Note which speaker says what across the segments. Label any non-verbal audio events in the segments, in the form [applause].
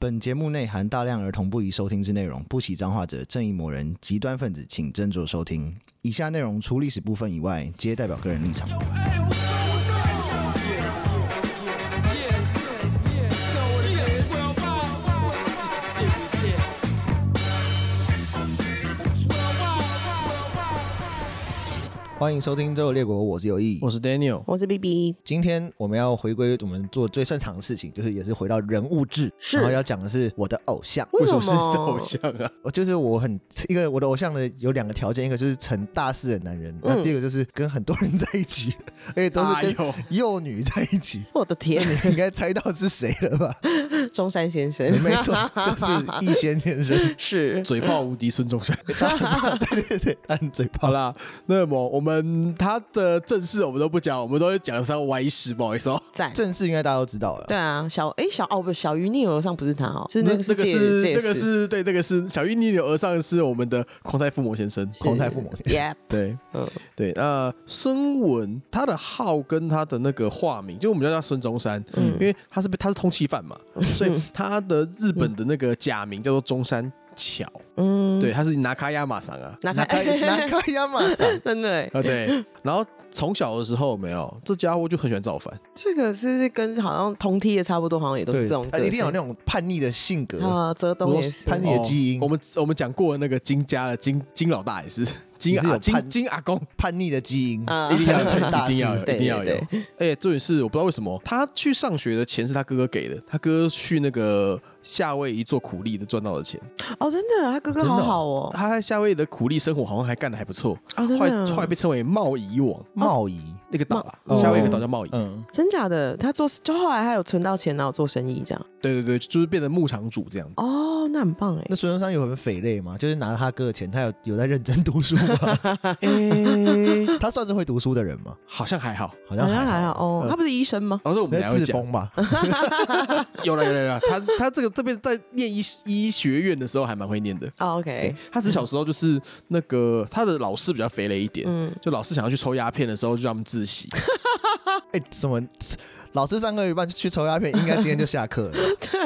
Speaker 1: 本节目内含大量儿童不宜收听之内容，不喜脏话者、正义魔人、极端分子，请斟酌收听。以下内容除历史部分以外，皆代表个人立场。欢迎收听《周游列国》，我是有意，
Speaker 2: 我是 Daniel，
Speaker 3: 我是 B B，
Speaker 1: 今天我们要回归我们做最擅长的事情，就是也是回到人物志，
Speaker 3: 是
Speaker 1: 然后要讲的是我的偶像。
Speaker 2: 为
Speaker 3: 为
Speaker 2: 什
Speaker 3: 什
Speaker 2: 么
Speaker 3: 么
Speaker 2: 是偶像啊？
Speaker 1: 我就是我很一个我的偶像的有两个条件，一个就是成大事的男人，那、
Speaker 3: 嗯
Speaker 1: 第二个就是跟很多人在一起， [laughs] 而且都是
Speaker 2: 哎
Speaker 1: 跟
Speaker 2: 呦
Speaker 1: 幼女在一起。
Speaker 3: [laughs] 我的天，
Speaker 1: 你应该猜到是谁了吧？
Speaker 3: 中山先生，
Speaker 1: 没错，就是易先先生，
Speaker 3: [laughs] 是
Speaker 2: [laughs] 嘴炮无敌孙中 [laughs] 山。
Speaker 1: 对对对，按嘴
Speaker 2: 好
Speaker 1: 炮。
Speaker 2: 啦，那么我们他的正事我们都不讲，我们都会讲上歪事，不好意思哦。
Speaker 3: 赞。
Speaker 1: 正事应该大家都知道了
Speaker 3: 对，啊，小哎、小哦不，小鱼逆流上不是他哦，是那个
Speaker 2: 那个
Speaker 3: 介
Speaker 2: 是
Speaker 3: 介
Speaker 2: 那个是对，那个是小玉逆流而上是我们的狂太父母先生。
Speaker 1: 孔太父母。
Speaker 3: ，Yep，
Speaker 2: 对
Speaker 3: 嗯，
Speaker 2: 对，那孙文他的号跟他的那个化名，就我们叫他孙中山，
Speaker 3: 嗯
Speaker 2: 因为他是被他是通缉犯嘛，所以他的日本的那个假名叫做中山巧，
Speaker 3: 嗯，
Speaker 2: 对，他是拿卡亚马桑啊，
Speaker 3: 拿
Speaker 1: 拿开
Speaker 3: [laughs] 开，
Speaker 1: 拿开亚马桑，
Speaker 3: 真的欸，
Speaker 1: [laughs]
Speaker 2: 啊对，然后从小的时候没有，这家伙就很喜欢造反，
Speaker 3: 这个是不是跟好像同梯的差不多，好像也都是这种个
Speaker 1: 他
Speaker 3: 性，
Speaker 1: 哎一定要有那种叛逆的性格，
Speaker 3: 啊，泽东也是，
Speaker 1: 叛逆的基因
Speaker 2: 哦我们我们讲过那个金家的金金老大也是金
Speaker 1: 也是有
Speaker 2: 阿金
Speaker 1: 叛
Speaker 2: 金阿公，
Speaker 1: 叛逆的基因
Speaker 3: 啊
Speaker 2: 一定要
Speaker 1: 才能成大
Speaker 2: 有，一定要有，
Speaker 1: 事。
Speaker 3: 对
Speaker 2: 一定要有
Speaker 3: 对。
Speaker 2: 而且重点是，我不知道为什么他去上学的钱是他哥哥给的，他哥哥去那个夏威夷做苦力的赚到的钱，
Speaker 3: 哦，真的，他哥哥
Speaker 2: 真的
Speaker 3: 好
Speaker 2: 哦
Speaker 3: 好哦，
Speaker 2: 他在夏威夷的苦力生活好像还干得还不错，
Speaker 3: 啊，真
Speaker 2: 后来后来
Speaker 3: 的，
Speaker 2: 被称为贸易王，
Speaker 1: 贸易
Speaker 2: 那个岛啦，
Speaker 1: 贸
Speaker 3: 哦
Speaker 2: 夏威夷一个岛叫贸易。
Speaker 1: 嗯，
Speaker 3: 真假的，他做就后来他有存到钱，然后做生意这样，
Speaker 2: 对对对，就是变成牧场主这样。
Speaker 3: 哦，那很棒哎
Speaker 1: 那，孙中山有很匪类吗？就是拿他哥的钱，他有有在认真读书
Speaker 3: [laughs]
Speaker 1: 吗？
Speaker 2: 哎，
Speaker 1: 他算是会读书的人吗？
Speaker 2: 好像还好。
Speaker 1: 好像嗯
Speaker 3: 好像还
Speaker 1: 还
Speaker 3: 好
Speaker 1: 好。
Speaker 3: 哦，他不是医
Speaker 1: [laughs]
Speaker 3: 生吗？
Speaker 2: 到时候我们
Speaker 1: 那
Speaker 2: 来会
Speaker 1: 自
Speaker 2: 讲。
Speaker 1: 封 [laughs]
Speaker 3: 嗯
Speaker 1: 吧，
Speaker 2: 有了有了有了，他他这个这边在念医医学院的时候还蛮会念的。
Speaker 3: 哦，OK，
Speaker 2: 他只是小时候就是那个他的老师比较肥了一点，
Speaker 3: 嗯，
Speaker 2: 就老师想要去抽鸦片的时候就让他们自习。 [laughs]
Speaker 1: 哎，什么？老师上课一半去抽鸦片，应该今天就下课
Speaker 3: [laughs]
Speaker 1: 了。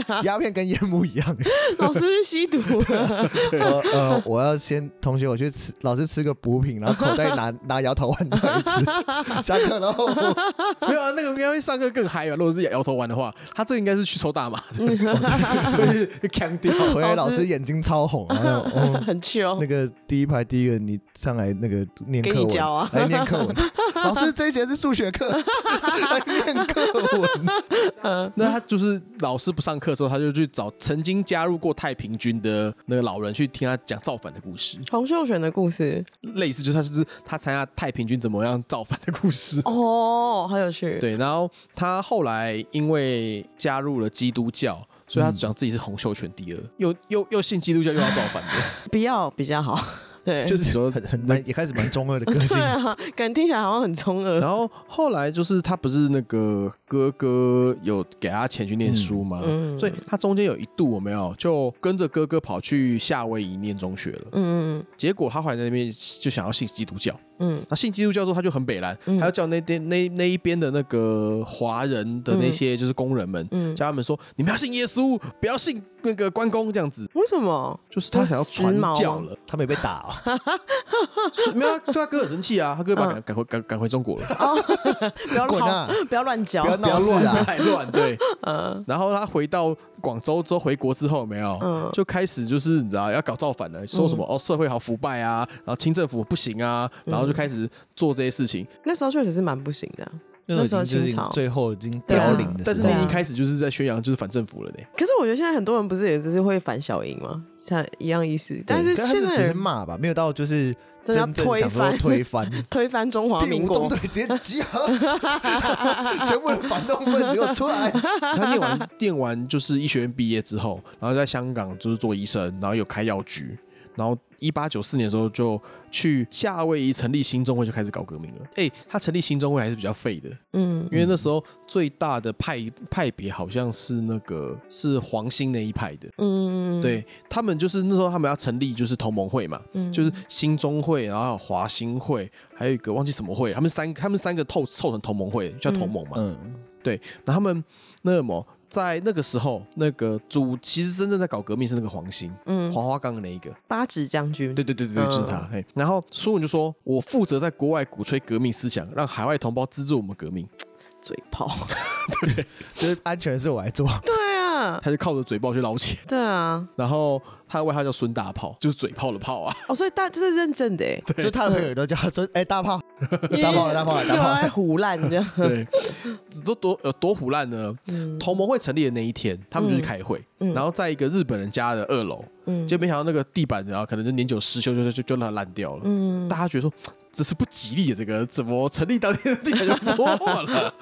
Speaker 3: 啊
Speaker 1: 鸦片跟烟幕一样。
Speaker 3: 老师是
Speaker 1: [laughs]
Speaker 3: 吸毒了，
Speaker 1: 我呃，我要先同学，我去吃，老师吃个补品，然后口袋拿拿摇头丸出来
Speaker 3: [laughs]
Speaker 1: 吃，下课喽。
Speaker 2: 没有啊，那个应该会上课更嗨吧？如果是摇头丸的话，他这个应该是去抽大麻的，会去呛掉。 [laughs]
Speaker 1: 回来老师眼睛超红，
Speaker 3: [laughs]
Speaker 1: 然后哦，
Speaker 3: 很糗
Speaker 1: 那。个第一排第一个你上来那个念
Speaker 3: 给
Speaker 1: 课
Speaker 3: 你
Speaker 1: 文
Speaker 3: 教啊，
Speaker 1: 来念课
Speaker 3: [laughs]
Speaker 1: 文。老师这一节是数学课，来念课文。
Speaker 2: 那他就是老师不上课的时候，他就去找曾经加入过太平军的那个老人去听他讲造反的故事，
Speaker 3: 洪秀全的故事
Speaker 2: 类似就是他就是他参加太平军怎么样造反的故事。
Speaker 3: 哦，好有趣。
Speaker 2: 对，然后他后来因为加入了基督教，所
Speaker 3: 嗯
Speaker 2: 以他讲自己是洪秀全第二，又又又信基督教又要造反
Speaker 3: [laughs]
Speaker 2: 的，
Speaker 3: 不要比较
Speaker 1: [laughs]
Speaker 3: 好。
Speaker 1: 哎
Speaker 3: 对，
Speaker 2: 就是说
Speaker 1: 很很蛮也开始蛮中二的个性
Speaker 3: 对，啊， [laughs] 感觉听起来好像很中二。
Speaker 2: 然后后来就是他不是那个哥哥有给他钱去念书吗？
Speaker 3: 嗯嗯
Speaker 2: 所以他中间有一度我没有就跟着哥哥跑去夏威夷念中学了。
Speaker 3: 嗯
Speaker 2: 结果他后来在那边就想要信基督教，
Speaker 3: 嗯
Speaker 2: 那信基督教之后他就很北蓝，
Speaker 3: 嗯
Speaker 2: 他要叫那边那那一边的那个华人的那些就是工人们，
Speaker 3: 嗯，
Speaker 2: 叫他们说你们要信耶稣，不要信那个关公这样子。
Speaker 3: 为什么？
Speaker 2: 就是他想要传教了，
Speaker 1: 他们也被打哦。
Speaker 2: 所以没有啊，就他哥很生气啊，他哥把他
Speaker 3: 嗯
Speaker 2: 赶赶回赶赶回中国
Speaker 3: [laughs]
Speaker 2: 了，
Speaker 3: 哦不要
Speaker 1: 滚
Speaker 3: 好
Speaker 1: 啊
Speaker 3: 不要乱 [laughs] 教
Speaker 1: 不。要
Speaker 2: 不要
Speaker 1: 闹事
Speaker 2: 乱
Speaker 1: 啊！
Speaker 2: 太乱，对，
Speaker 3: [laughs] 嗯
Speaker 2: 然后他回到广州之后回国之后有没有，
Speaker 3: 嗯
Speaker 2: 就开始就是你知道要搞造反了，说什么、哦社会好腐败啊，然后清政府不行啊，然
Speaker 3: 嗯
Speaker 2: 后就开始做这些事情。
Speaker 3: 那时候确实是蛮不行的，
Speaker 1: 那
Speaker 3: 那
Speaker 1: 时
Speaker 3: 时
Speaker 1: 候
Speaker 3: 候
Speaker 1: 已经就是
Speaker 3: 清朝
Speaker 1: 最后已经
Speaker 2: 但
Speaker 1: 凋
Speaker 2: 是
Speaker 1: 零的
Speaker 2: 但
Speaker 1: 时
Speaker 2: 是
Speaker 3: 对
Speaker 1: 候
Speaker 3: 啊
Speaker 2: 你一开始就是在宣扬就是反政府了呢。
Speaker 3: 可是我觉得现在很多人不是也只是会反小英吗？像一样意思，但是
Speaker 1: 对他
Speaker 3: 现
Speaker 1: 是只
Speaker 3: 在
Speaker 1: 是
Speaker 3: 人
Speaker 1: 骂吧，没有到就是
Speaker 3: 真的要
Speaker 1: 真正想说
Speaker 3: 推翻
Speaker 1: 推翻。
Speaker 3: 推翻中华
Speaker 1: 第
Speaker 3: 民
Speaker 1: 五中
Speaker 3: 国
Speaker 1: 队，直接集合， [laughs] 全部的反动分子给我出来！
Speaker 3: [laughs]
Speaker 2: 他念完念完就是医学院毕业之后，然后在香港就是做医生，然后有开药局，然后一八九四年的时候就去夏威夷成立新中会，就开始搞革命了。哎、他成立新中会还是比较废的，
Speaker 3: 嗯
Speaker 2: 因为那时候最大的派派别好像是那个是黄兴那一派的。
Speaker 3: 嗯，
Speaker 2: 对他们就是那时候他们要成立就是同盟会嘛，
Speaker 3: 嗯
Speaker 2: 就是新中会，然后还有华兴会，还有一个忘记什么会，他们三他们三个凑凑成同盟会叫同盟嘛，
Speaker 1: 嗯，
Speaker 2: 对，然后他们那么在那个时候，那个主其实真正在搞革命是那个黄兴，
Speaker 3: 嗯，
Speaker 2: 黄花岗的那一个。
Speaker 3: 八指将军，
Speaker 2: 对对对对对，就是他。嘿，然后苏文就说：“我负责在国外鼓吹革命思想，让海外同胞资助我们革命。
Speaker 3: 嘴
Speaker 1: [laughs]
Speaker 3: 炮，
Speaker 1: [laughs] 就是安全的事我来做。
Speaker 3: 对啊”，
Speaker 2: 他就靠着嘴炮去捞钱。
Speaker 3: 对啊，
Speaker 2: 然后他的外号叫孙大炮，就是嘴炮的炮啊。
Speaker 3: 哦，所以大这是认真
Speaker 1: [laughs]
Speaker 3: 的耶，
Speaker 1: 就他的朋友也都叫他说：“哎、大炮，
Speaker 3: 因为
Speaker 1: 大炮了大炮了大炮了
Speaker 3: 又在胡乱
Speaker 1: [laughs]
Speaker 3: 这样，
Speaker 2: 对，这多有多腐烂呢？
Speaker 3: 嗯
Speaker 2: 同盟会成立的那一天，他们就去开会，
Speaker 3: 嗯
Speaker 2: 然后在一个日本人家的二楼，
Speaker 3: 嗯
Speaker 2: 就没想到那个地板，然后可能就年久失修，就就就就烂烂掉了。
Speaker 3: 嗯
Speaker 2: 大家觉得说这是不吉利的，这个怎么成立当天的地板就破了？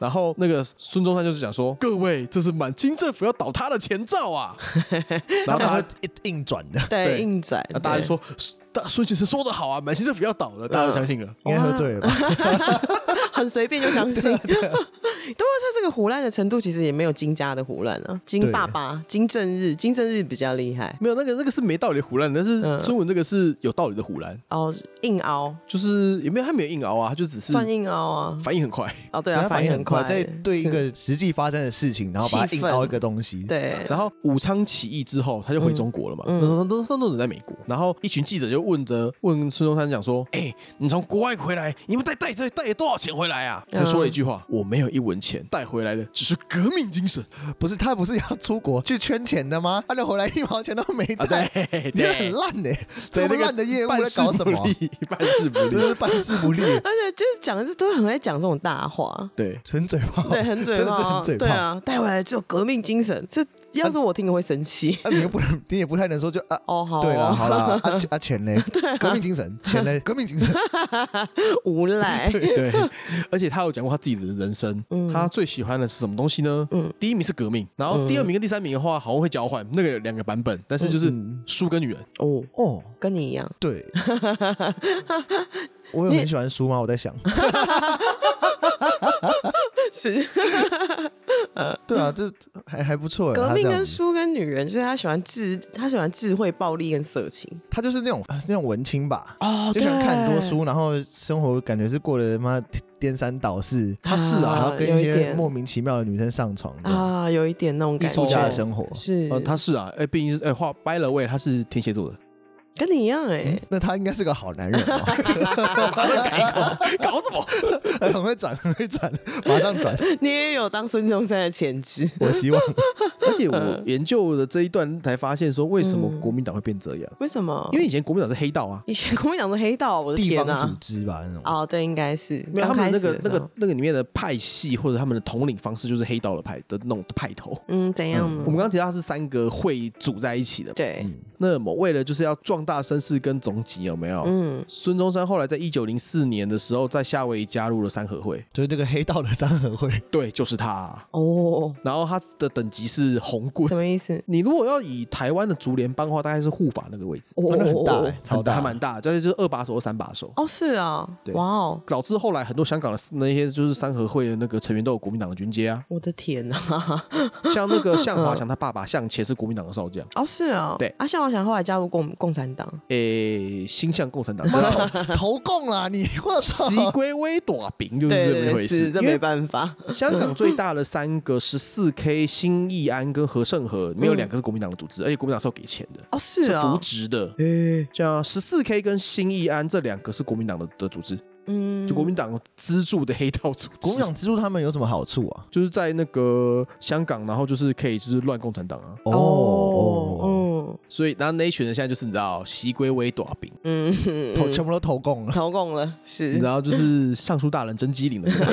Speaker 2: 然后那个孙中山就是讲说，各位，这是满清政府要倒塌的前兆啊！然
Speaker 1: 然
Speaker 2: 后
Speaker 1: 后
Speaker 2: 大
Speaker 1: 他
Speaker 2: 家，
Speaker 1: 会硬硬转的，
Speaker 3: 对
Speaker 2: 对
Speaker 3: 硬转，
Speaker 1: 啊
Speaker 2: 那大家就
Speaker 3: 对
Speaker 2: 说，大孙先生说的好啊，满清政府要倒了，大家都相信了。
Speaker 1: 应该喝醉了吧？
Speaker 3: [laughs] 很随便就相
Speaker 1: [laughs]
Speaker 3: 信。对啊， [laughs] 他这个胡乱的程度，其实也没有金家的胡乱啊，金爸爸、金正日、金正日比较厉害
Speaker 2: 没有那个那个是没道理的胡乱，但是
Speaker 3: 嗯
Speaker 2: 孙文这个是有道理的胡乱。
Speaker 3: 哦，硬凹
Speaker 1: 嗯
Speaker 2: 就是也没有他没有硬熬啊，他就只是
Speaker 3: 算硬凹啊，
Speaker 2: 反应很快。
Speaker 3: 哦对啊，
Speaker 1: 他
Speaker 3: 反应很快，
Speaker 1: 在对一个实际发生的事情，然后把它
Speaker 3: 气
Speaker 1: 硬
Speaker 3: 氛
Speaker 1: 凹一个东西。，
Speaker 3: 对，
Speaker 2: 然后武昌起义之后，他就回中国了嘛，
Speaker 3: 嗯
Speaker 2: 那时候都都都在美国。然后一群记者就问着问孙中山讲说：“
Speaker 1: 嗯
Speaker 2: 哎、你从国外回来，你们带带带带了多少钱回来啊？”
Speaker 3: 嗯
Speaker 2: 他说了一句话：“我没有一文钱，带回来的只是革命精神。
Speaker 1: 不是他不是要出国去圈钱的吗？他就回来一毛钱都没”
Speaker 2: 啊，
Speaker 1: 带，
Speaker 2: 对，
Speaker 1: [laughs] 你这很烂的、这
Speaker 2: 对
Speaker 1: 么
Speaker 2: 那个
Speaker 1: 烂的业务
Speaker 2: 办
Speaker 1: 在
Speaker 2: 事
Speaker 1: 搞什
Speaker 2: 不
Speaker 1: 么？
Speaker 2: 力，办事不
Speaker 1: 真
Speaker 2: 力。
Speaker 1: 是办事不力，
Speaker 3: 而且就是讲的是都很爱讲这种大
Speaker 1: [laughs]
Speaker 3: 话，
Speaker 2: 对，
Speaker 1: 纯嘴炮，
Speaker 3: 对，很嘴
Speaker 1: 真的是
Speaker 3: 炮，
Speaker 1: 很嘴炮。
Speaker 3: 对啊，带回来只有革命精神，这要是我听我会生气。
Speaker 1: 那你又不能，你也不太能说就啊，
Speaker 3: 哦，好哦，
Speaker 1: 对
Speaker 3: [laughs]
Speaker 1: 了，好了，啊钱啊钱嘞，革命精神，钱嘞，革命精神，[laughs]
Speaker 3: 无赖，
Speaker 2: 对，而且他有讲过他自己的人生，
Speaker 3: 嗯
Speaker 2: 他最喜欢的是什么东西呢？
Speaker 3: 嗯
Speaker 2: 第一名是革命，然后第二名跟第三名的话好像会交换，那个有两个版本，但是就是
Speaker 1: 嗯
Speaker 2: 书跟女人。
Speaker 3: 哦，
Speaker 1: 哦，
Speaker 3: 跟你一样，
Speaker 1: 对，我有很喜欢书吗？我在想，
Speaker 3: [laughs] 是
Speaker 1: 对啊，这还还不错欸。
Speaker 3: 革
Speaker 1: 他这
Speaker 3: 命
Speaker 1: 样
Speaker 3: 跟
Speaker 1: 子
Speaker 3: 书跟女人，就是他喜欢智，他喜欢智慧、暴力跟色情。
Speaker 1: 他就是那种啊那种文青吧，
Speaker 3: 哦
Speaker 1: 就喜欢看很多，书，然后生活感觉是过得妈颠三倒四，
Speaker 2: 他是啊
Speaker 1: 然后跟一
Speaker 3: 有
Speaker 1: 些
Speaker 3: 点
Speaker 1: 莫名其妙的女生上床，这样
Speaker 3: 啊，有一点那种
Speaker 1: 艺
Speaker 3: 感觉。哦
Speaker 1: 术家的生活。
Speaker 3: 是，
Speaker 2: 呃，他是啊，哎，毕竟是哎，画 by the way，他是天蝎
Speaker 3: [laughs]
Speaker 2: 座的，
Speaker 3: 跟你一样哎，
Speaker 1: 那他应该是个好男人哦，
Speaker 3: [laughs]
Speaker 1: [laughs]
Speaker 2: 搞什么？
Speaker 1: 很会转，很会转，马上转。
Speaker 3: [laughs] 你也有当孙中山的潜质。
Speaker 1: 我希望
Speaker 2: 而且
Speaker 3: 嗯
Speaker 2: 我研究的这一段才发现，说为什么国民党会变这样？
Speaker 3: 为什么？[laughs]
Speaker 2: 因为以前国民党是黑道啊，
Speaker 3: 以前国民党是黑道， [laughs] 我的
Speaker 1: 地
Speaker 3: 天
Speaker 1: 方组
Speaker 3: 啊！
Speaker 1: 织吧那种，
Speaker 3: 哦，对，应该是
Speaker 2: 没有他们那个
Speaker 3: 刚开始的
Speaker 2: 那
Speaker 3: 时候
Speaker 2: 个那个里面的派系或者他们的统领方式就是黑道的派的那种派头。
Speaker 3: 嗯，怎样呢
Speaker 2: 我？们刚刚提到它是三个会组在一起的嘛，
Speaker 3: 对，
Speaker 2: 那么为了就是要壮大声势跟总集，有没有？
Speaker 3: 嗯，
Speaker 2: 孙中山后来在一九零四年的时候，在夏威夷加入了三合会，
Speaker 1: 就是这个黑道的三合会，
Speaker 2: 对，就是他。
Speaker 3: 哦，
Speaker 2: 然后他的等级是红
Speaker 3: 什 [laughs]
Speaker 2: 棍。
Speaker 3: 么意思？
Speaker 2: 你如果要以台湾的竹联帮的话，大概是护 [laughs] 法那个位置，
Speaker 3: 哦
Speaker 1: 那很大欸，超
Speaker 2: 很
Speaker 1: 大，[laughs]
Speaker 2: 还蛮大，但是就是二把手、三把手。
Speaker 3: 哦，是啊
Speaker 2: 对，
Speaker 3: 哇哦，
Speaker 2: 导致后来很多香港的那些就是三合会的那个成员都有国民党的军阶
Speaker 3: [laughs]
Speaker 2: 啊，
Speaker 3: 我的天啊！ [laughs]
Speaker 2: 像那个向华强他爸爸向前是国民党的少将，
Speaker 3: 哦，是啊，
Speaker 2: 对
Speaker 3: 啊，向华强后来加入共共产党，
Speaker 2: 诶，心向共产党，
Speaker 1: 妈
Speaker 2: 这
Speaker 1: 投 [laughs] 投共啦，啊你我操！
Speaker 2: 西归微短饼就是
Speaker 3: 对
Speaker 2: 这么一
Speaker 3: 对
Speaker 2: 回
Speaker 3: 对，
Speaker 2: 事
Speaker 3: 是，这
Speaker 2: 因为
Speaker 3: 没办法，
Speaker 2: 香港最大的三个十四 K 新义安跟和盛和，没有两个是国民党的组织，而且国民党是要给钱的，
Speaker 3: 哦，是
Speaker 2: 是
Speaker 3: 啊
Speaker 2: 扶，植的。
Speaker 3: 诶，
Speaker 2: 像十四 K 跟新义安这两个是国民党的的组织，
Speaker 3: 嗯，
Speaker 2: 就国民党资助的黑道组织。
Speaker 1: 国民党资助他们有什么好处啊？
Speaker 2: 就是在那个香港，然后就是可以就是乱共产党啊，
Speaker 1: 哦，
Speaker 3: 哦，
Speaker 2: 所以然后那一群人现在就是你知道习归微短饼，
Speaker 3: 嗯嗯，
Speaker 1: 投全部都投共了，
Speaker 3: [laughs] 投共了，是
Speaker 2: 你知道就是尚书大人真机灵的感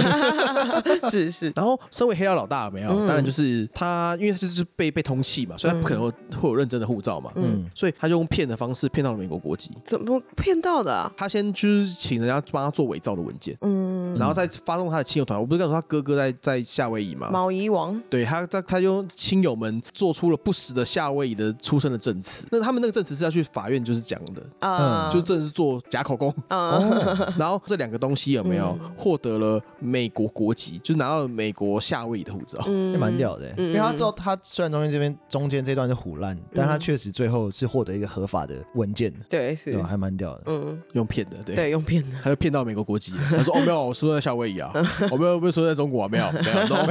Speaker 3: [laughs]
Speaker 2: 觉。
Speaker 3: 是是，
Speaker 2: 然后身为黑道老大有没有，
Speaker 3: 嗯
Speaker 2: 当然就是他，因为他就是被被通缉嘛，所以他不可能会会有认真的护照嘛，
Speaker 3: 嗯，
Speaker 1: 嗯，
Speaker 2: 所以他就用骗的方式骗到了美国国籍。
Speaker 3: 怎么骗到的啊？
Speaker 2: 他先就是请人家帮他做伪造的文件，
Speaker 3: 嗯，
Speaker 2: 然后再发动他的亲友团。我不是跟你说他哥哥在在夏威夷吗？
Speaker 3: 毛衣王，
Speaker 2: 对他，他他用亲友们做出了不实的夏威夷的出生的证词。那他们那个证词是要去法院就是讲的，
Speaker 3: 啊，
Speaker 2: 嗯就真的是做假口
Speaker 3: [laughs]
Speaker 2: 供。
Speaker 1: 哦，
Speaker 2: 然后这两个东西有没有
Speaker 3: 嗯
Speaker 2: 获得了美国国籍，就是拿到美国夏威夷的护照？
Speaker 1: 也
Speaker 3: 嗯
Speaker 1: 蛮屌的欸、
Speaker 3: 嗯
Speaker 1: 因为他知道他虽然中间这边中间这段是胡乱，但他确实最后是获得一个合法的文件的，
Speaker 3: 对，是
Speaker 1: 对吧？，还蛮屌 [laughs] 的。
Speaker 3: 嗯，
Speaker 2: 用骗的，对。
Speaker 3: 对，用骗的，
Speaker 2: 他就骗到美国国籍了，他说：“哦，没有，我出生在夏威
Speaker 3: [laughs]
Speaker 2: 夷啊，我没有，没有出生在中国啊，没有，没有。no ”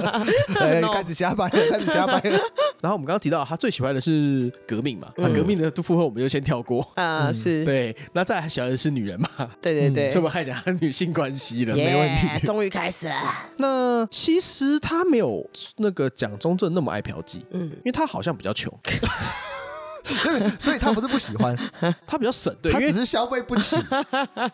Speaker 2: [laughs]
Speaker 1: 哎，
Speaker 3: No
Speaker 1: 开始瞎掰了，开始瞎掰了。
Speaker 2: [laughs] 然后我们刚刚提到他最喜欢的是革命嘛，那、革命的附和我们就先跳过。
Speaker 3: 啊，是，
Speaker 2: 对，那再来喜欢的是女人嘛，
Speaker 3: 对对对，
Speaker 2: 所以我们还讲他女性关系了。
Speaker 3: 没问题，终于开始了，
Speaker 2: [laughs] 那其实他没有那个蒋中正那么爱嫖妓，
Speaker 3: 嗯
Speaker 2: 因为他好像比较穷，
Speaker 1: [laughs] 所以，所以他不是不喜 [laughs] 欢，
Speaker 2: 他比较省，对，
Speaker 1: 他
Speaker 2: 因
Speaker 1: 只
Speaker 2: 为
Speaker 1: 是消费不起。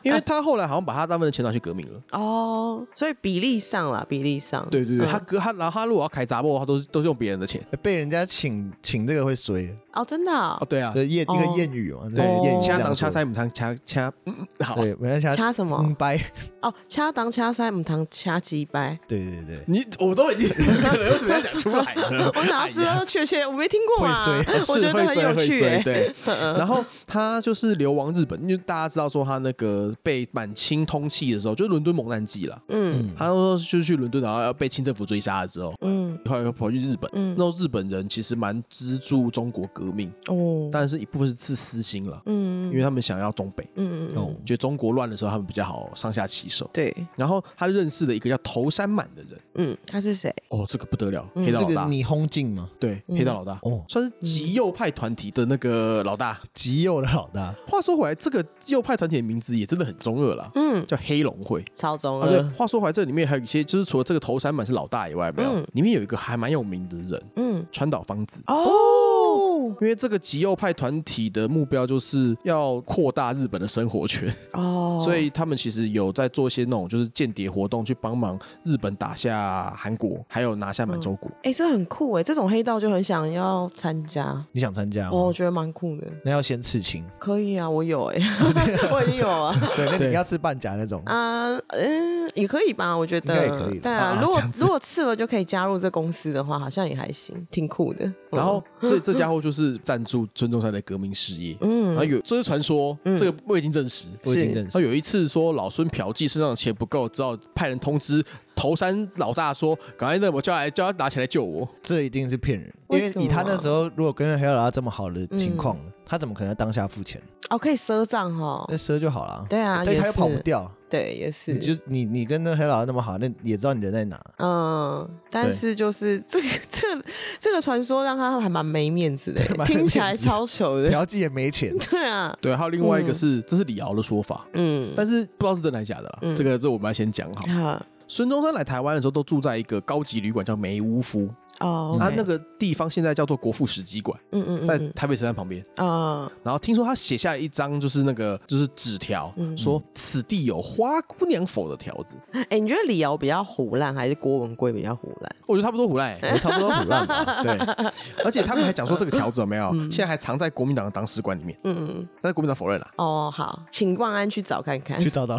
Speaker 2: 因为他后来好像把他大部分的钱拿去革命了。
Speaker 3: 哦，所以比例上啦，比例上，
Speaker 2: 对对对，
Speaker 3: 嗯
Speaker 2: 他革他然后他如果要开杂货，他都是都是用别人的钱。
Speaker 1: [laughs] 被人家请请这个会衰，
Speaker 3: 哦，真的啊
Speaker 2: 哦，，对啊，
Speaker 1: 就谚一个
Speaker 3: 哦
Speaker 1: 谚语嘛，
Speaker 2: 对，
Speaker 1: 谚语
Speaker 2: 掐
Speaker 1: 这样
Speaker 2: 当掐
Speaker 1: 说
Speaker 2: 塞，母汤掐掐，嗯好。
Speaker 1: 对，人家掐
Speaker 3: 掐什么
Speaker 1: 嗯掰，
Speaker 3: 哦，掐当掐塞母糖掐鸡掰，
Speaker 1: [laughs] 对对对，
Speaker 2: 你我都已经 [laughs] 我怎么样讲出来呢？
Speaker 3: 我哪知
Speaker 2: 哎呀
Speaker 3: 道确切？我没听过啊
Speaker 1: 会，
Speaker 3: [laughs]
Speaker 2: 是
Speaker 3: 我觉得
Speaker 2: 会
Speaker 3: 很
Speaker 2: 衰
Speaker 3: 有
Speaker 2: 会
Speaker 3: 趣
Speaker 2: 衰
Speaker 3: 欸，
Speaker 2: 对，然后他就是流亡日本，因为大家知道说他那个被满清通缉的时候，就是伦敦蒙难记啦。
Speaker 3: 嗯
Speaker 2: 他说就去伦敦，然后要被清政府追杀了之后，
Speaker 3: 嗯
Speaker 2: 后来又跑去日本。
Speaker 3: 嗯，
Speaker 2: 那时候日本人其实蛮资助中国革命，
Speaker 3: 哦，
Speaker 2: 但是一部分是自私心了，
Speaker 3: 嗯
Speaker 2: 因为他们想要中北，
Speaker 3: 嗯嗯嗯，
Speaker 1: 哦，
Speaker 2: 觉得中国乱的时候他们比较好上下其手。
Speaker 3: 对，
Speaker 2: 然后他认识了一个叫头山满的人，
Speaker 3: 嗯，他是谁？
Speaker 2: 哦，这个不得了，
Speaker 3: 嗯
Speaker 2: 黑道
Speaker 1: 这
Speaker 2: 老
Speaker 1: 个
Speaker 2: 大，
Speaker 1: 你轰进吗？
Speaker 2: 对，
Speaker 3: 嗯
Speaker 2: 黑道老大，
Speaker 1: 哦，
Speaker 2: 算是极右派团体的那个老大。
Speaker 1: 极右的老大，
Speaker 2: 话说回来，这个右派团体的名字也真的很中二啦，
Speaker 3: 嗯，呃
Speaker 2: 叫黑龙会。
Speaker 3: 超中
Speaker 2: 啊，对，
Speaker 3: 二，
Speaker 2: 话说回来，这里面还有一些，就是除了这个头山满是老大以外，有没有
Speaker 3: 嗯，
Speaker 2: 里面有一个还蛮有名的人，
Speaker 3: 嗯，
Speaker 2: 川岛芳子。
Speaker 3: 哦
Speaker 2: 因为这个极右派团体的目标就是要扩大日本的生活圈，
Speaker 3: 哦，
Speaker 2: 所以他们其实有在做一些那种就是间谍活动，去帮忙日本打下韩国，还有拿下满洲国。
Speaker 3: 哎，这很酷哎，这种黑道就很想要参加，
Speaker 1: 你想参加
Speaker 3: 哦，
Speaker 1: 吗
Speaker 3: 我？觉得蛮酷的。
Speaker 1: 那要先刺青，
Speaker 3: [laughs] 可以啊，我有哎、 [laughs] 我已经有啊，
Speaker 1: 对，那
Speaker 2: 对
Speaker 1: 你要刺半甲那种，
Speaker 3: 啊、嗯，也可以吧，我觉得
Speaker 1: 应该也可以啦
Speaker 3: 对
Speaker 1: 啊
Speaker 3: 啊
Speaker 1: 啊，这
Speaker 3: 如果
Speaker 1: 样子
Speaker 3: 如果刺了就可以加入这公司的话，好像也还行，挺酷的。
Speaker 2: 然后这这家伙就是赞助孙中山的革命事业，
Speaker 3: 嗯，
Speaker 2: 然后有这是传说，
Speaker 3: 嗯
Speaker 2: 这个未经证实。
Speaker 1: 我已经
Speaker 3: 是
Speaker 1: 认
Speaker 2: 他
Speaker 1: 识。
Speaker 2: 有一次说老孙嫖妓身上的钱不够，只好派人通知头山老大说，赶快让我叫来叫他拿钱来救我。
Speaker 1: 这一定是骗人，因
Speaker 3: 为
Speaker 1: 为
Speaker 3: 什么啊
Speaker 1: 以他那时候如果跟黑老大这么好的情
Speaker 3: 嗯
Speaker 1: 况，他怎么可能当下付钱？
Speaker 3: 哦，可以赊账哦哈
Speaker 1: 那，赊就好了。
Speaker 3: 对啊，
Speaker 1: 但
Speaker 3: 也
Speaker 1: 他又
Speaker 3: 是，
Speaker 1: 跑不掉，
Speaker 3: 对，也是，
Speaker 1: 你就你你跟那黑老大那么好，那也知道你人在哪。
Speaker 3: 嗯，但是就是这个这个这个传说让他还蛮没面子的欸
Speaker 1: 对蛮，没面
Speaker 3: 听
Speaker 1: 子
Speaker 3: 起来超糗的。
Speaker 1: 嫖妓也没钱，
Speaker 3: [laughs] 对啊，
Speaker 2: 对，还有另外一个是，这是李敖的说法，
Speaker 3: 嗯，
Speaker 2: 但是不知道是真的还是假的啦。
Speaker 3: 嗯
Speaker 2: 这个这我们要先讲好。
Speaker 3: 啊
Speaker 2: 孙中山来台湾的时候都住在一个高级旅馆叫梅屋夫，
Speaker 3: 哦，
Speaker 1: 嗯
Speaker 2: 他
Speaker 1: 啊
Speaker 3: OK
Speaker 2: 那个地方现在叫做国父史迹馆，
Speaker 3: 嗯嗯
Speaker 2: 在
Speaker 3: 嗯
Speaker 2: 台北车站旁边。
Speaker 3: 嗯啊
Speaker 2: 然后听说他写下了一张就是那个就是纸条，
Speaker 3: 嗯
Speaker 2: 说此地有花姑娘否的条子，
Speaker 3: 哎、你觉得李敖比较胡烂，还是郭文贵比较胡烂？
Speaker 2: 我觉得差不多胡赖、欸。
Speaker 1: 我差不多腐烂吧。
Speaker 3: [laughs]
Speaker 2: 对，而且他们还讲说这个条子有没有，现在还藏在国民党的党史馆里面， [laughs]
Speaker 3: 嗯，
Speaker 2: 但是国民党否认了。啊
Speaker 3: 哦，好，请万安去找看看，
Speaker 1: 去找到，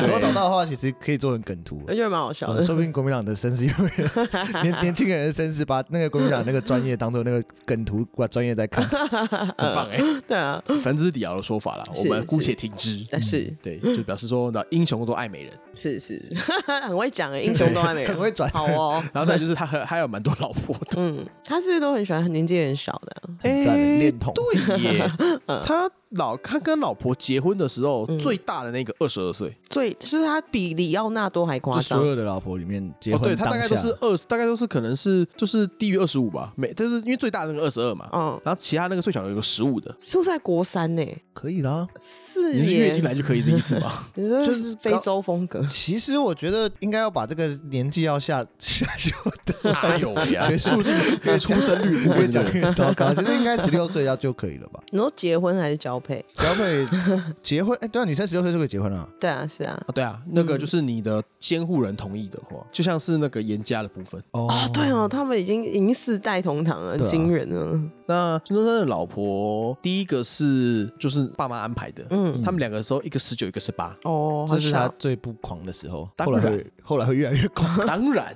Speaker 1: 如果找到的话，其实可以做成梗图
Speaker 3: 我。觉得蛮好笑
Speaker 1: 呃
Speaker 3: [laughs] 的。
Speaker 1: 说不定国民党的绅士有人年年轻人的绅士把那个国民党那个专业当做那个梗图，把专业在看。
Speaker 3: [laughs]
Speaker 2: 很棒哎、
Speaker 3: 对啊，
Speaker 2: 反正这是李敖的说法啦，我
Speaker 3: 是
Speaker 2: 们姑且听之。
Speaker 3: 但是
Speaker 1: 嗯
Speaker 2: 对，就表示说，那英雄都爱美人。
Speaker 3: 是是， [laughs] 很会讲哎，英雄都还没
Speaker 1: [laughs] 很会转
Speaker 3: 好哦。
Speaker 2: 然后再就是他还还有蛮多老婆的，
Speaker 3: 嗯，他是不是都很喜欢年纪很小的啊？
Speaker 1: 很 [laughs] 赞
Speaker 2: 哎
Speaker 1: 的恋童
Speaker 2: 对耶， [laughs] 他老他跟老婆结婚的时候，
Speaker 3: 嗯
Speaker 2: 最大的那个二十二岁，
Speaker 3: 最就是他比里奥纳多还夸
Speaker 1: 就
Speaker 3: 张
Speaker 1: 所。有的老婆里面结
Speaker 2: 哦，对
Speaker 1: 婚
Speaker 2: 他
Speaker 1: 当
Speaker 2: 大概
Speaker 1: 下
Speaker 2: 都是二十，大概都是可能是就是低于二十五吧，每就是因为最大的那个二十二嘛，
Speaker 3: 嗯，
Speaker 2: 然后其他那个最小的有个十五的，
Speaker 3: 是不是在国三呢？
Speaker 1: 可以啦。
Speaker 3: 四
Speaker 2: 你是月经
Speaker 3: 年，
Speaker 2: 来就可以的意思吗？
Speaker 3: 你说
Speaker 1: 就是
Speaker 3: 非洲风格。
Speaker 1: 其实我觉得应该要把这个年纪要下 [laughs] 下修的，
Speaker 2: 哪有呀？
Speaker 1: 结束这
Speaker 2: 跟出生率不
Speaker 1: 越
Speaker 2: 分
Speaker 1: 讲
Speaker 2: 对不对
Speaker 1: 越糟 [laughs] 糕。其实应该十六岁要就可以了吧？
Speaker 3: 你说结婚还是交配？
Speaker 1: 然后可以结婚，哎，对啊，女生十六岁就可以结婚了。
Speaker 3: 对啊，是啊。
Speaker 2: 啊，对啊，那个就是你的监护人同意的话，就像是那个严家的部分。
Speaker 3: 啊、
Speaker 1: 哦
Speaker 3: 对哦，他们已经银四代同堂了，很
Speaker 1: 对啊
Speaker 3: 惊人了。
Speaker 2: 那孙中山的老婆，第一个是就是爸妈安排的，
Speaker 3: 嗯，
Speaker 2: 他们两个的时候，一个十九，一个十八。
Speaker 3: 哦，
Speaker 1: 这是
Speaker 3: 好
Speaker 1: 他
Speaker 3: 巧
Speaker 1: 最不狂的时候，
Speaker 2: 当
Speaker 1: 后来
Speaker 2: [laughs] 然
Speaker 1: 会后来会越来越狂。
Speaker 2: 当然，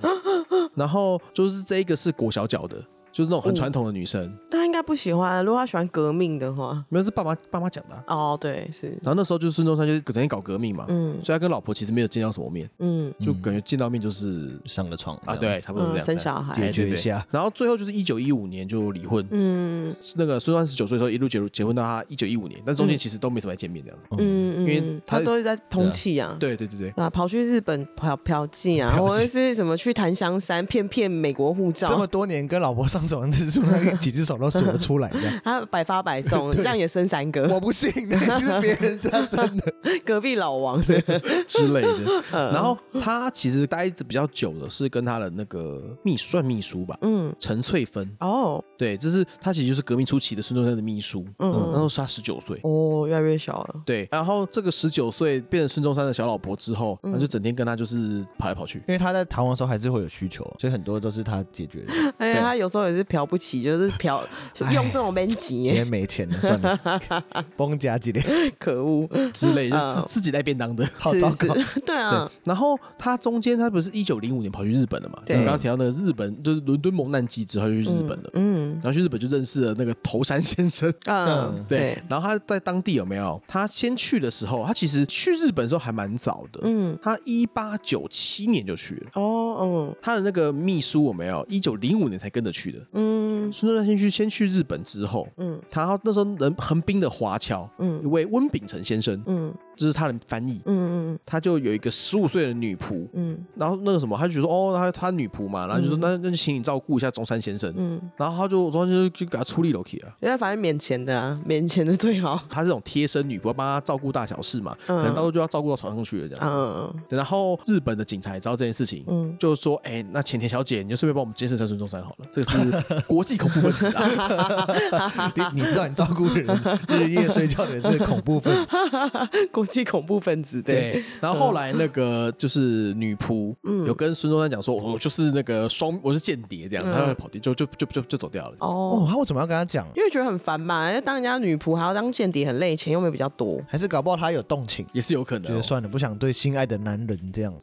Speaker 2: 然后就是这一个是裹小脚的，就是那种很传统的女生，
Speaker 3: 他应该不喜欢。如果他喜欢革命的话，
Speaker 2: 没有是爸妈爸妈讲的啊、
Speaker 3: 哦，对，是，
Speaker 2: 然后那时候就是孙中山就是整天搞革命嘛，
Speaker 3: 嗯
Speaker 2: 所以他跟老婆其实没有见到什么面，
Speaker 3: 嗯
Speaker 2: 就感觉见到面就是
Speaker 1: 上了床
Speaker 2: 啊，，对，差不多这
Speaker 3: 嗯，
Speaker 2: 样。
Speaker 3: 生小孩，
Speaker 1: 解决一下
Speaker 2: 哎对对然后最后就是一九一五年就离婚，
Speaker 3: 嗯
Speaker 2: 那个孙中山十九岁的时候一路结结婚到他一九一五年，但中间
Speaker 3: 嗯
Speaker 2: 其实都没什么见面这样子。
Speaker 3: 嗯嗯，
Speaker 2: 因为他
Speaker 3: 他都是在通气啊。
Speaker 2: 对对对对，
Speaker 3: 啊，跑去日本嫖嫖妓啊，
Speaker 1: 嫖妓
Speaker 3: 或者是什么去檀香山骗骗美国护
Speaker 1: 这么
Speaker 3: 照，
Speaker 1: 多年跟老婆上床次数，那几只手都数得出来的。
Speaker 3: 他百发百中， [laughs] 这样也生三
Speaker 1: [laughs]
Speaker 3: 个，
Speaker 1: 我不信，那一定是别人家 [laughs] 生的。
Speaker 3: [laughs] 隔壁老王的，
Speaker 2: 之类
Speaker 3: [laughs]
Speaker 2: 的。
Speaker 3: 嗯
Speaker 2: 然后他其实待着比较久的是跟他的那个秘算秘书吧，
Speaker 3: 嗯，
Speaker 2: 陈翠芬。
Speaker 3: 哦，
Speaker 2: 对，这是他其实就是革命初期的孙中山的秘书，嗯，那时候是他十九岁。
Speaker 3: 哦，越来越小 [laughs] 了，
Speaker 2: 对，然后这个十九岁变成孙中山的小老婆之后，
Speaker 3: 嗯
Speaker 2: 他就整天跟他就是跑来
Speaker 3: [laughs]
Speaker 2: 跑去。
Speaker 1: 因为他在逃亡的时候还是会有需求，
Speaker 4: 所以很多都是他解决的。
Speaker 3: 而且哎他有时候也是嫖不起，就是嫖用这种编
Speaker 1: 今
Speaker 3: 辑，
Speaker 1: 天没钱了，算了， [laughs] 崩夹几脸，
Speaker 3: 可恶，
Speaker 2: 之类，就是
Speaker 3: 嗯
Speaker 2: 自自己带便当的。
Speaker 1: 好
Speaker 3: 是
Speaker 1: 糟糕。
Speaker 3: 是， [laughs] 对啊
Speaker 2: 对，，然后他中间他不是一九零五年跑去日本了嘛？就
Speaker 3: 对
Speaker 2: 刚刚提到那个日本，就是伦敦蒙难记之后他就去日本了，
Speaker 3: 嗯
Speaker 2: 然后去日本就认识了那个头山先生。
Speaker 3: 嗯，[laughs]
Speaker 2: 对
Speaker 3: 对，，
Speaker 2: 然后他在当地有没有？他先去的时候，他其实去日本的时候还蛮早的，
Speaker 3: 嗯，
Speaker 2: 他一八九七年就去了。
Speaker 3: 哦，
Speaker 2: 他的那个秘书有没有？一九零五年才跟着去的。
Speaker 3: 嗯嗯
Speaker 2: 孙中山先去先去日本之后，
Speaker 3: 嗯
Speaker 2: 他那时候人横滨的华侨，一
Speaker 3: 嗯
Speaker 2: 位温秉成先生，
Speaker 3: 嗯
Speaker 2: 这是他的翻译，
Speaker 3: 嗯
Speaker 2: 他就有一个十五岁的女仆，
Speaker 3: 嗯
Speaker 2: 然后那个什么，他就觉得说哦，他他女仆嘛，然后就说、
Speaker 3: 嗯
Speaker 2: 那那就请你照顾一下中山先生，
Speaker 3: 嗯，
Speaker 2: 然后他就中山先生就给他出力了去啊。
Speaker 3: 因为反正免钱的啊，免钱的最好，
Speaker 2: 他这种贴身女仆要帮他照顾大小事嘛，可能到时
Speaker 3: 嗯
Speaker 2: 候就要照顾到床上去了这样子。
Speaker 3: 嗯 [laughs]
Speaker 2: 对然后日本的警察也知道这件事情，
Speaker 3: 嗯，
Speaker 2: 就说：“哎、那浅田小姐，你就顺便帮我们监视一下孙中山好了，这个是国际恐怖分子啊。
Speaker 1: 你你知道你照顾的人日夜睡觉的人是恐怖分子，
Speaker 3: 国际恐怖分子，” [laughs] 对，，嗯
Speaker 2: 然后后来那个就是女仆，有跟孙中山讲说：“我就是那个双，我是间谍这样。
Speaker 3: 嗯
Speaker 2: 他就跑掉，就就就就就走掉了。
Speaker 1: [laughs] 哦，
Speaker 3: 哦，
Speaker 1: 他为什么要跟他讲？
Speaker 3: 因为觉得很烦嘛，因为当人家女仆还要当间谍，很累，钱又没比较多，
Speaker 1: 还是搞不好他有动情，
Speaker 2: 也是有可能
Speaker 1: 觉
Speaker 2: 哦、
Speaker 1: 得算了，不想对心爱的男人这样。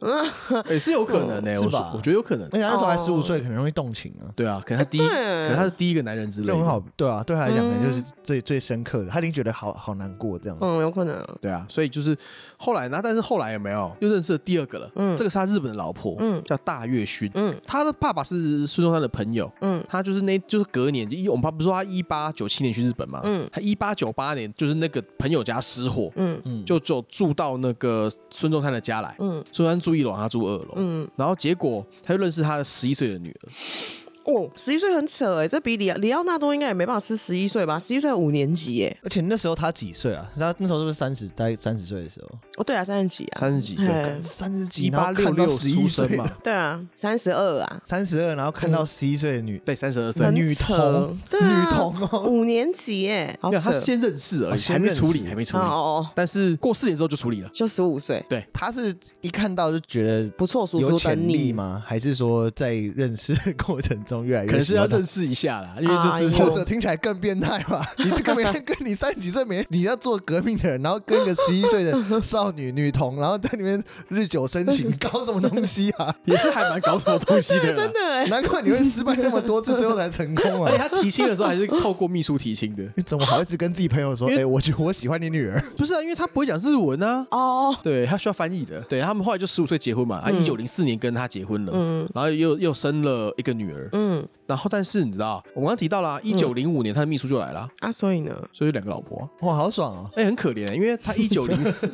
Speaker 2: 也是有可
Speaker 3: 嗯
Speaker 2: 能呢、
Speaker 1: 是
Speaker 2: 我
Speaker 1: 吧
Speaker 2: 说我觉得有可能
Speaker 1: 而。且他那时候还
Speaker 3: 哦
Speaker 1: 十五岁，很容易动情啊。
Speaker 2: 对啊，可能他第一，可能他是第一个男人之类
Speaker 1: 就
Speaker 2: 的，
Speaker 1: 很好，对啊，对他来讲可能就是最最深刻的，他一定觉得好好难过这样。
Speaker 3: 嗯，有可能，
Speaker 2: 对啊，所以就是后来，那但是后来有没有又认识了第二个了？嗯，这个是他日本的老婆，嗯，叫大月薰，嗯，他的爸爸是孙中山的朋友，嗯
Speaker 3: 嗯，
Speaker 2: 他就是那就是隔年，就一我们爸不是说他一八九七年去日本嘛，嗯
Speaker 3: 嗯，
Speaker 2: 他一八九八年就是那个朋友家失火，
Speaker 3: 嗯
Speaker 2: 嗯，就就住到那个孙中山的家来，嗯
Speaker 3: 嗯，
Speaker 2: 孙中山住一楼，他住二楼，嗯，然后结果他就认识他的十一岁的女儿，
Speaker 3: 哦，十一岁很扯哎、这比里里奥纳多应该也没办法吃十一岁吧？十一岁五年级哎、
Speaker 4: 而且那时候他几岁啊？他那时候是不是三十，大概三十岁的时候？
Speaker 3: 哦对啊，三十几啊，
Speaker 2: 三十几，对，
Speaker 3: 对
Speaker 1: 三十几，
Speaker 2: 一
Speaker 1: 然
Speaker 2: 八
Speaker 1: 后
Speaker 2: 六
Speaker 1: 看到
Speaker 2: 六
Speaker 1: 十一
Speaker 2: 出生
Speaker 1: 岁
Speaker 2: 嘛
Speaker 1: 的，，
Speaker 3: 对啊，三十二啊，
Speaker 1: 三十二，然后
Speaker 2: 嗯
Speaker 1: 看到十一岁的女
Speaker 2: 对，三十二岁，
Speaker 3: 很
Speaker 1: 女
Speaker 3: 扯
Speaker 1: 童，
Speaker 3: 对啊，
Speaker 1: 女童哦
Speaker 3: 五年级哎、好
Speaker 2: 没
Speaker 3: 扯
Speaker 2: 有他哦先认识而
Speaker 1: 哦
Speaker 2: 已，
Speaker 1: 先
Speaker 2: 还没
Speaker 1: 认识
Speaker 2: 处理，还没处
Speaker 3: 哦
Speaker 2: 理，
Speaker 3: 哦，哦
Speaker 2: 但是过四年之后就处理了。
Speaker 3: 就十五岁，
Speaker 1: 他是一看到就觉得
Speaker 3: 不错，叔
Speaker 1: 有
Speaker 3: 叔
Speaker 1: 潜
Speaker 3: 等
Speaker 1: 力
Speaker 3: 你。
Speaker 1: 吗？还是说在认识的过程中越来越
Speaker 2: 可能是
Speaker 1: 喜
Speaker 2: 要
Speaker 1: 欢他
Speaker 2: 认识一下啦，因为就是
Speaker 3: 哎
Speaker 1: 或
Speaker 3: 呦
Speaker 1: 者听起来更变态吧？
Speaker 2: [laughs]
Speaker 1: 你这个每天跟你三十几岁每天你要做革命的人，然后跟一个十一岁的少女女童，然后在里面日久生
Speaker 2: [laughs]
Speaker 1: 情，搞什么东西啊？
Speaker 2: 也是还蛮搞什么东西 [laughs] 的啦，
Speaker 3: 真的哎、
Speaker 1: 难怪你会失败那么多次，最后才成功
Speaker 2: [laughs] 而且
Speaker 1: 啊！
Speaker 2: 他提亲的时候还是透过秘书提亲的，
Speaker 1: 你怎么好意思跟自己朋友说？
Speaker 2: 因
Speaker 1: 哎、
Speaker 2: 为
Speaker 1: 我觉得我喜欢你女儿。
Speaker 2: [laughs] 不是啊，因为他不会讲日文啊。
Speaker 3: 哦，
Speaker 2: 对他需要翻译的，对他们后来就十五岁结婚嘛，啊，一九零四年跟他结婚了，然后又又生了一个女儿，
Speaker 3: 嗯
Speaker 2: 然后但是你知道，我刚刚提到啦，一九零五年他的秘书就来啦，
Speaker 3: 啊，所以呢，
Speaker 2: 所以有两个老婆啊，
Speaker 1: 哇，好爽哦！
Speaker 2: 哎，很可怜欸，因为他一九零 [laughs] 四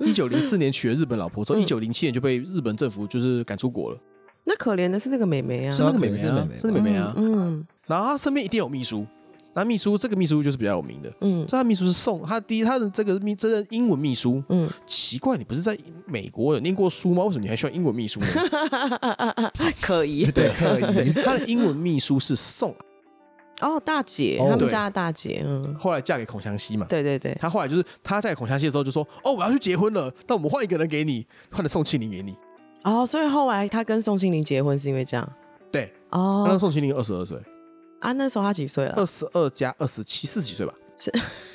Speaker 2: 一九零四年娶了日本老婆之后，一九零七年就被日本政府就是赶出国了，
Speaker 3: 那可怜的是那个妹妹啊，
Speaker 1: 是
Speaker 2: 是那个
Speaker 1: 可
Speaker 2: 妹
Speaker 1: 怜
Speaker 2: 妹
Speaker 1: 是
Speaker 2: 啊
Speaker 1: 妹妹，吧
Speaker 2: 是那个妹妹啊，
Speaker 3: 嗯
Speaker 2: 然后他身边一定有秘书，那秘书这个秘书就是比较有名的，
Speaker 3: 嗯
Speaker 2: 这他秘书是宋，他第一他的这个秘这任英文秘书，
Speaker 3: 嗯， [laughs]
Speaker 2: 奇怪，你不是在美国有念过书吗？为什么你还需要英文秘书呢？
Speaker 3: [laughs] 可以
Speaker 1: 对，可
Speaker 2: 对
Speaker 1: 以。
Speaker 2: 他的英文秘书是宋，
Speaker 3: 哦，大姐，
Speaker 1: 哦
Speaker 3: 他们
Speaker 2: 对
Speaker 3: 家的大姐，嗯，
Speaker 2: 后来嫁给孔祥熙嘛。
Speaker 3: 对对对，
Speaker 2: 他后来就是他在孔祥熙的时候就说：“哦，我要去结婚了，那我们换一个人给你，换了宋庆龄给你。
Speaker 3: 哦，所以后来他跟宋庆龄结婚是因为这样，”
Speaker 2: 对，那
Speaker 3: 哦
Speaker 2: 宋庆龄二十二岁，
Speaker 3: 啊，那时候他几岁了？
Speaker 2: 二十二加二十七，四十几岁吧。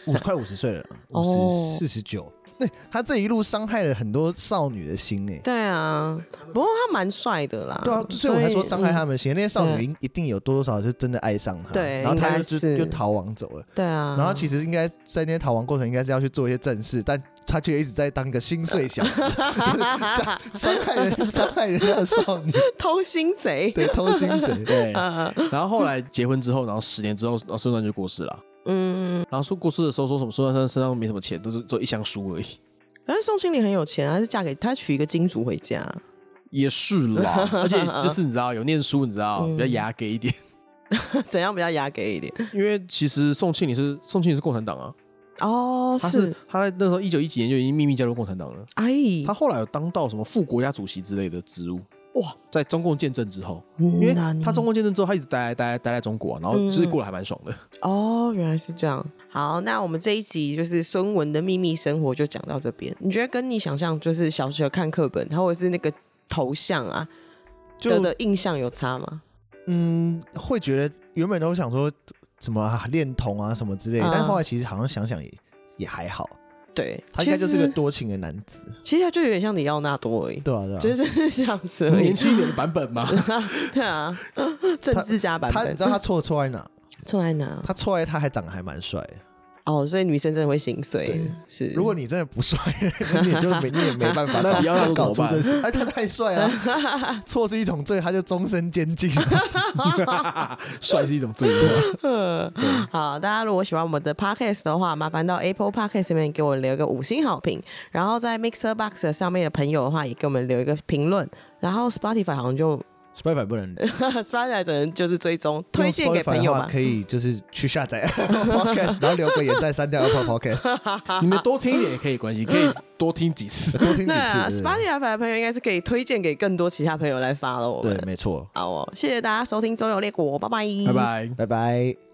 Speaker 1: 五快五十岁了，
Speaker 3: 哦
Speaker 1: 五十四十九，对他这一路伤害了很多少女的心诶、
Speaker 3: 对啊，不过他蛮帅的啦。
Speaker 1: 对啊，所以我才说伤害他
Speaker 3: 嗯
Speaker 1: 们的心。那些少
Speaker 3: 对
Speaker 1: 女一定有多多少少是真的爱上他，
Speaker 3: 对
Speaker 1: 然后他
Speaker 3: 应该
Speaker 1: 就就是就逃亡走了。
Speaker 3: 对啊，
Speaker 1: 然后
Speaker 3: [laughs]
Speaker 1: 其实应该在那些逃亡过程，应该是要去做一些正事，但他却一直在当一个心碎小子，
Speaker 3: [laughs]
Speaker 1: 就是伤伤害人、 [laughs] 伤害人家的少女，
Speaker 3: 偷心贼。
Speaker 1: 对，偷心
Speaker 3: [laughs]
Speaker 1: 贼。
Speaker 2: 对，嗯
Speaker 3: 啊，
Speaker 2: 然后后来结婚之后，然后十年之后，然后孙中山就过世了。
Speaker 3: 嗯，
Speaker 2: 然后说过世的时候说什么？孙中山身上没什么钱，都是做一箱书而已。
Speaker 3: 但是宋庆龄很有钱啊，她是嫁给她娶一个金主回家， [laughs]
Speaker 2: 也是啦，而且就是你知道有念书，你知道比较雅给一点， [laughs]
Speaker 3: 怎样比较雅给一点？
Speaker 2: 因为其实宋庆龄是宋庆龄是共产党啊，
Speaker 3: 哦，
Speaker 2: 他是他在那时候一九一几年就已经秘密加入共产党了，
Speaker 3: 哎，
Speaker 2: 他后来有当到什么副国家主席之类的职务。
Speaker 3: 哇，
Speaker 2: 在中共建政之后，
Speaker 3: 因
Speaker 2: 因为他中共建政之后，他一直待来待来待在中国啊、然后其实过得还蛮爽
Speaker 3: [laughs]
Speaker 2: 的。
Speaker 3: 哦，原来是这样。好，那我们这一集就是孙文的秘密生活就讲到这边。你觉得跟你想象就是小学看课本，然后或者是那个头像啊
Speaker 1: 就
Speaker 3: 的的印象有差吗？
Speaker 1: 嗯，会觉得原本都想说什么啊恋童啊什么之类的，
Speaker 3: 啊
Speaker 1: 但后来其实好像想想也也还好，
Speaker 3: 对，
Speaker 1: 他应该就是个
Speaker 3: 其实
Speaker 1: 多情的男子。
Speaker 3: 其实他就有点像里奥纳多而已，
Speaker 1: 对啊，对啊。
Speaker 3: 就是这样子而已 [laughs]
Speaker 2: 年。轻一点的版本嘛，
Speaker 3: 对啊， [laughs] 政治家版
Speaker 1: 他你
Speaker 3: 本
Speaker 1: 知。道他错错在
Speaker 3: [laughs]
Speaker 1: 哪？
Speaker 3: 错在哪？
Speaker 1: 他错在他还长得还蛮帅的。
Speaker 3: 哦，所以女生真的会心碎
Speaker 1: 对。
Speaker 3: 是，
Speaker 1: 如果你真的不帅，那你就没你也没
Speaker 3: [laughs]
Speaker 1: 办法
Speaker 2: 那
Speaker 1: 搞
Speaker 2: 你要让
Speaker 1: 搞出
Speaker 2: 怎么办
Speaker 1: 这些。哎，他太帅了，错是一种罪，他就终身监禁。
Speaker 2: 帅是一种罪恶。
Speaker 3: [clears throat] 好，大家如果喜欢我们的 podcast 的话，麻烦到 Apple Podcast 里面给我留个五星好评，然后在 Mixer Box 上面的朋友的话，也给我们留一个评论。然后 Spotify 好像就 [laughs]
Speaker 4: Spotify 不能
Speaker 3: Spotify 只能就是追踪推荐给朋友
Speaker 1: 用 Spotify 的话
Speaker 3: 嘛。
Speaker 1: 可以就是去下
Speaker 3: [laughs]
Speaker 1: 载 podcast，然后留个言再删掉 Apple podcast，
Speaker 2: 你们多听一点也可以，关系可以多听
Speaker 1: [laughs]
Speaker 2: 几次。
Speaker 1: 多听几
Speaker 3: 对啊
Speaker 1: 次。对
Speaker 3: ，Spotify 的朋友应该是可以推荐给更多其他朋友来发了。我
Speaker 4: 对，
Speaker 3: 们
Speaker 4: 没错，
Speaker 3: 好哦，谢谢大家收听《周游列国》，拜拜，
Speaker 2: 拜。
Speaker 4: 拜
Speaker 2: 拜。
Speaker 4: 拜。